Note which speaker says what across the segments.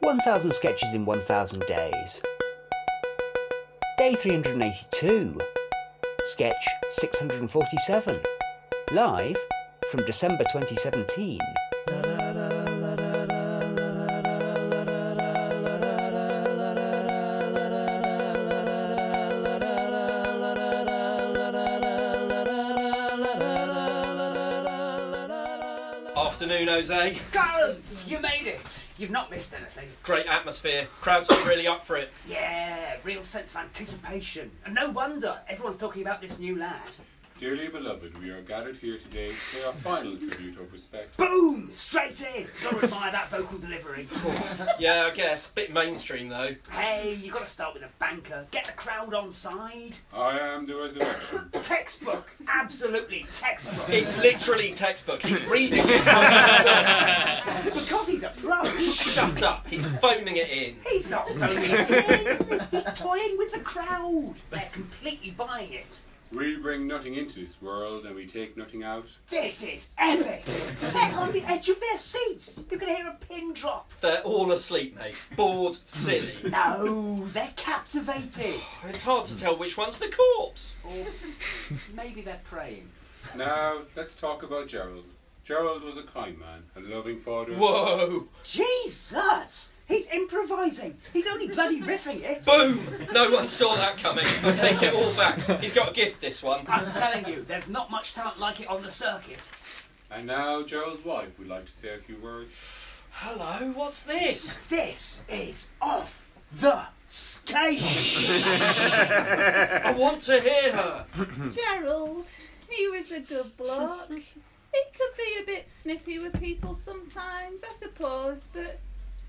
Speaker 1: 1000 Sketches in 1000 Days. Day 382. Sketch 647. Live from December 2017.
Speaker 2: Afternoon, Jose.
Speaker 1: Girls, you made it! You've not missed anything.
Speaker 2: Great atmosphere. Crowd's not really up for it.
Speaker 1: Yeah, real sense of anticipation. And no wonder everyone's talking about this new lad.
Speaker 3: Dearly beloved, we are gathered here today to pay our final tribute of respect.
Speaker 1: Boom! Straight in! Gotta admire that vocal delivery.
Speaker 2: Yeah, I guess. Bit mainstream though.
Speaker 1: Hey, you gotta start with a banker. Get the crowd on side.
Speaker 3: I am the resurrection.
Speaker 1: Textbook! Absolutely textbook.
Speaker 2: It's literally textbook. He's reading it.
Speaker 1: Because he's a pro.
Speaker 2: Shut up. He's phoning it in.
Speaker 1: He's not voting in. He's toying with the crowd. They're completely buying it.
Speaker 3: We bring nothing into this world and we take nothing out.
Speaker 1: This is epic. They're on the edge of their seats. You're gonna hear a pin drop.
Speaker 2: They're all asleep, mate. Bored, silly.
Speaker 1: No, they're captivated.
Speaker 2: It's hard to tell which one's the corpse.
Speaker 1: Or maybe they're praying.
Speaker 3: Now, let's talk about Gerald. Gerald was a kind man, a loving father.
Speaker 2: Whoa.
Speaker 1: Jesus! He's improvising. He's only bloody riffing it.
Speaker 2: Boom. No one saw that coming. I take it all back. He's got a gift this one.
Speaker 1: I'm telling you, there's not much talent like it on the circuit.
Speaker 3: And now, Gerald's wife would like to say a few words.
Speaker 2: Hello, what's this?
Speaker 1: This is off the scale.
Speaker 2: I want to hear her.
Speaker 4: Gerald, he was a good bloke. He could be a bit snippy with people sometimes, I suppose, but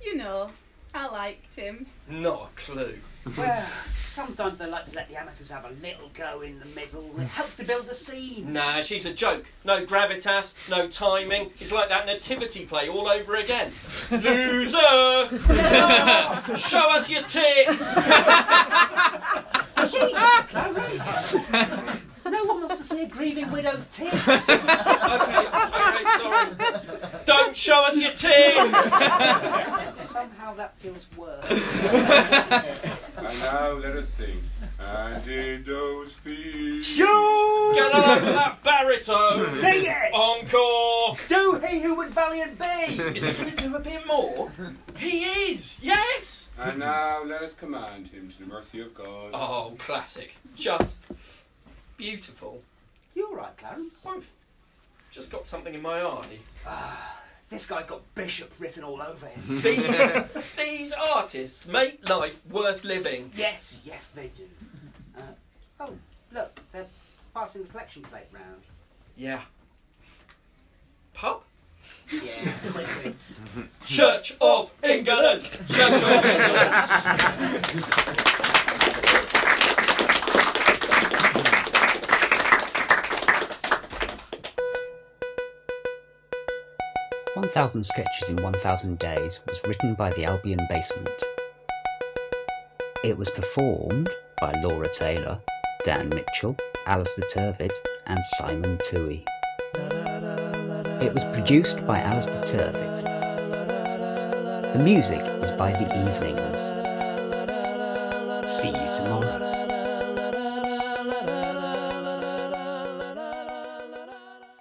Speaker 4: you know, I liked him.
Speaker 2: Not a clue.
Speaker 1: well, sometimes they like to let the amateurs have a little go in the middle. It helps to build the scene.
Speaker 2: Nah, she's a joke. No gravitas, no timing. It's like that nativity play all over again. Loser! Show us your tits!
Speaker 1: Jesus, Clarence! No one wants to see a grieving widow's tears.
Speaker 2: Okay, okay, sorry. Don't show us your tits!
Speaker 1: Somehow that feels worse.
Speaker 3: And now, let us sing. And did those feet.
Speaker 2: Get on over that baritone!
Speaker 1: Sing it!
Speaker 2: Encore!
Speaker 1: Do he who would valiant be!
Speaker 2: Is he going to do a bit more? He is! Yes!
Speaker 3: And now, let us command him to the mercy of God.
Speaker 2: Oh, classic. Just beautiful.
Speaker 1: You alright, Clarence?
Speaker 2: I've just got something in my eye.
Speaker 1: This guy's got bishop written all over him.
Speaker 2: These, these artists make life worth living.
Speaker 1: yes, yes, they do. Uh, oh, look, they're passing the collection plate round.
Speaker 2: Yeah. Pub?
Speaker 1: Yeah, quickly.
Speaker 2: Church of England! Church of England!
Speaker 1: One Thousand Sketches in One Thousand Days was written by the Albion Basement. It was performed by Laura Taylor, Dan Mitchell, Alistair Turvid, and Simon Toohey. It was produced by Alistair Turvid. The music is by The Evenings. See you tomorrow.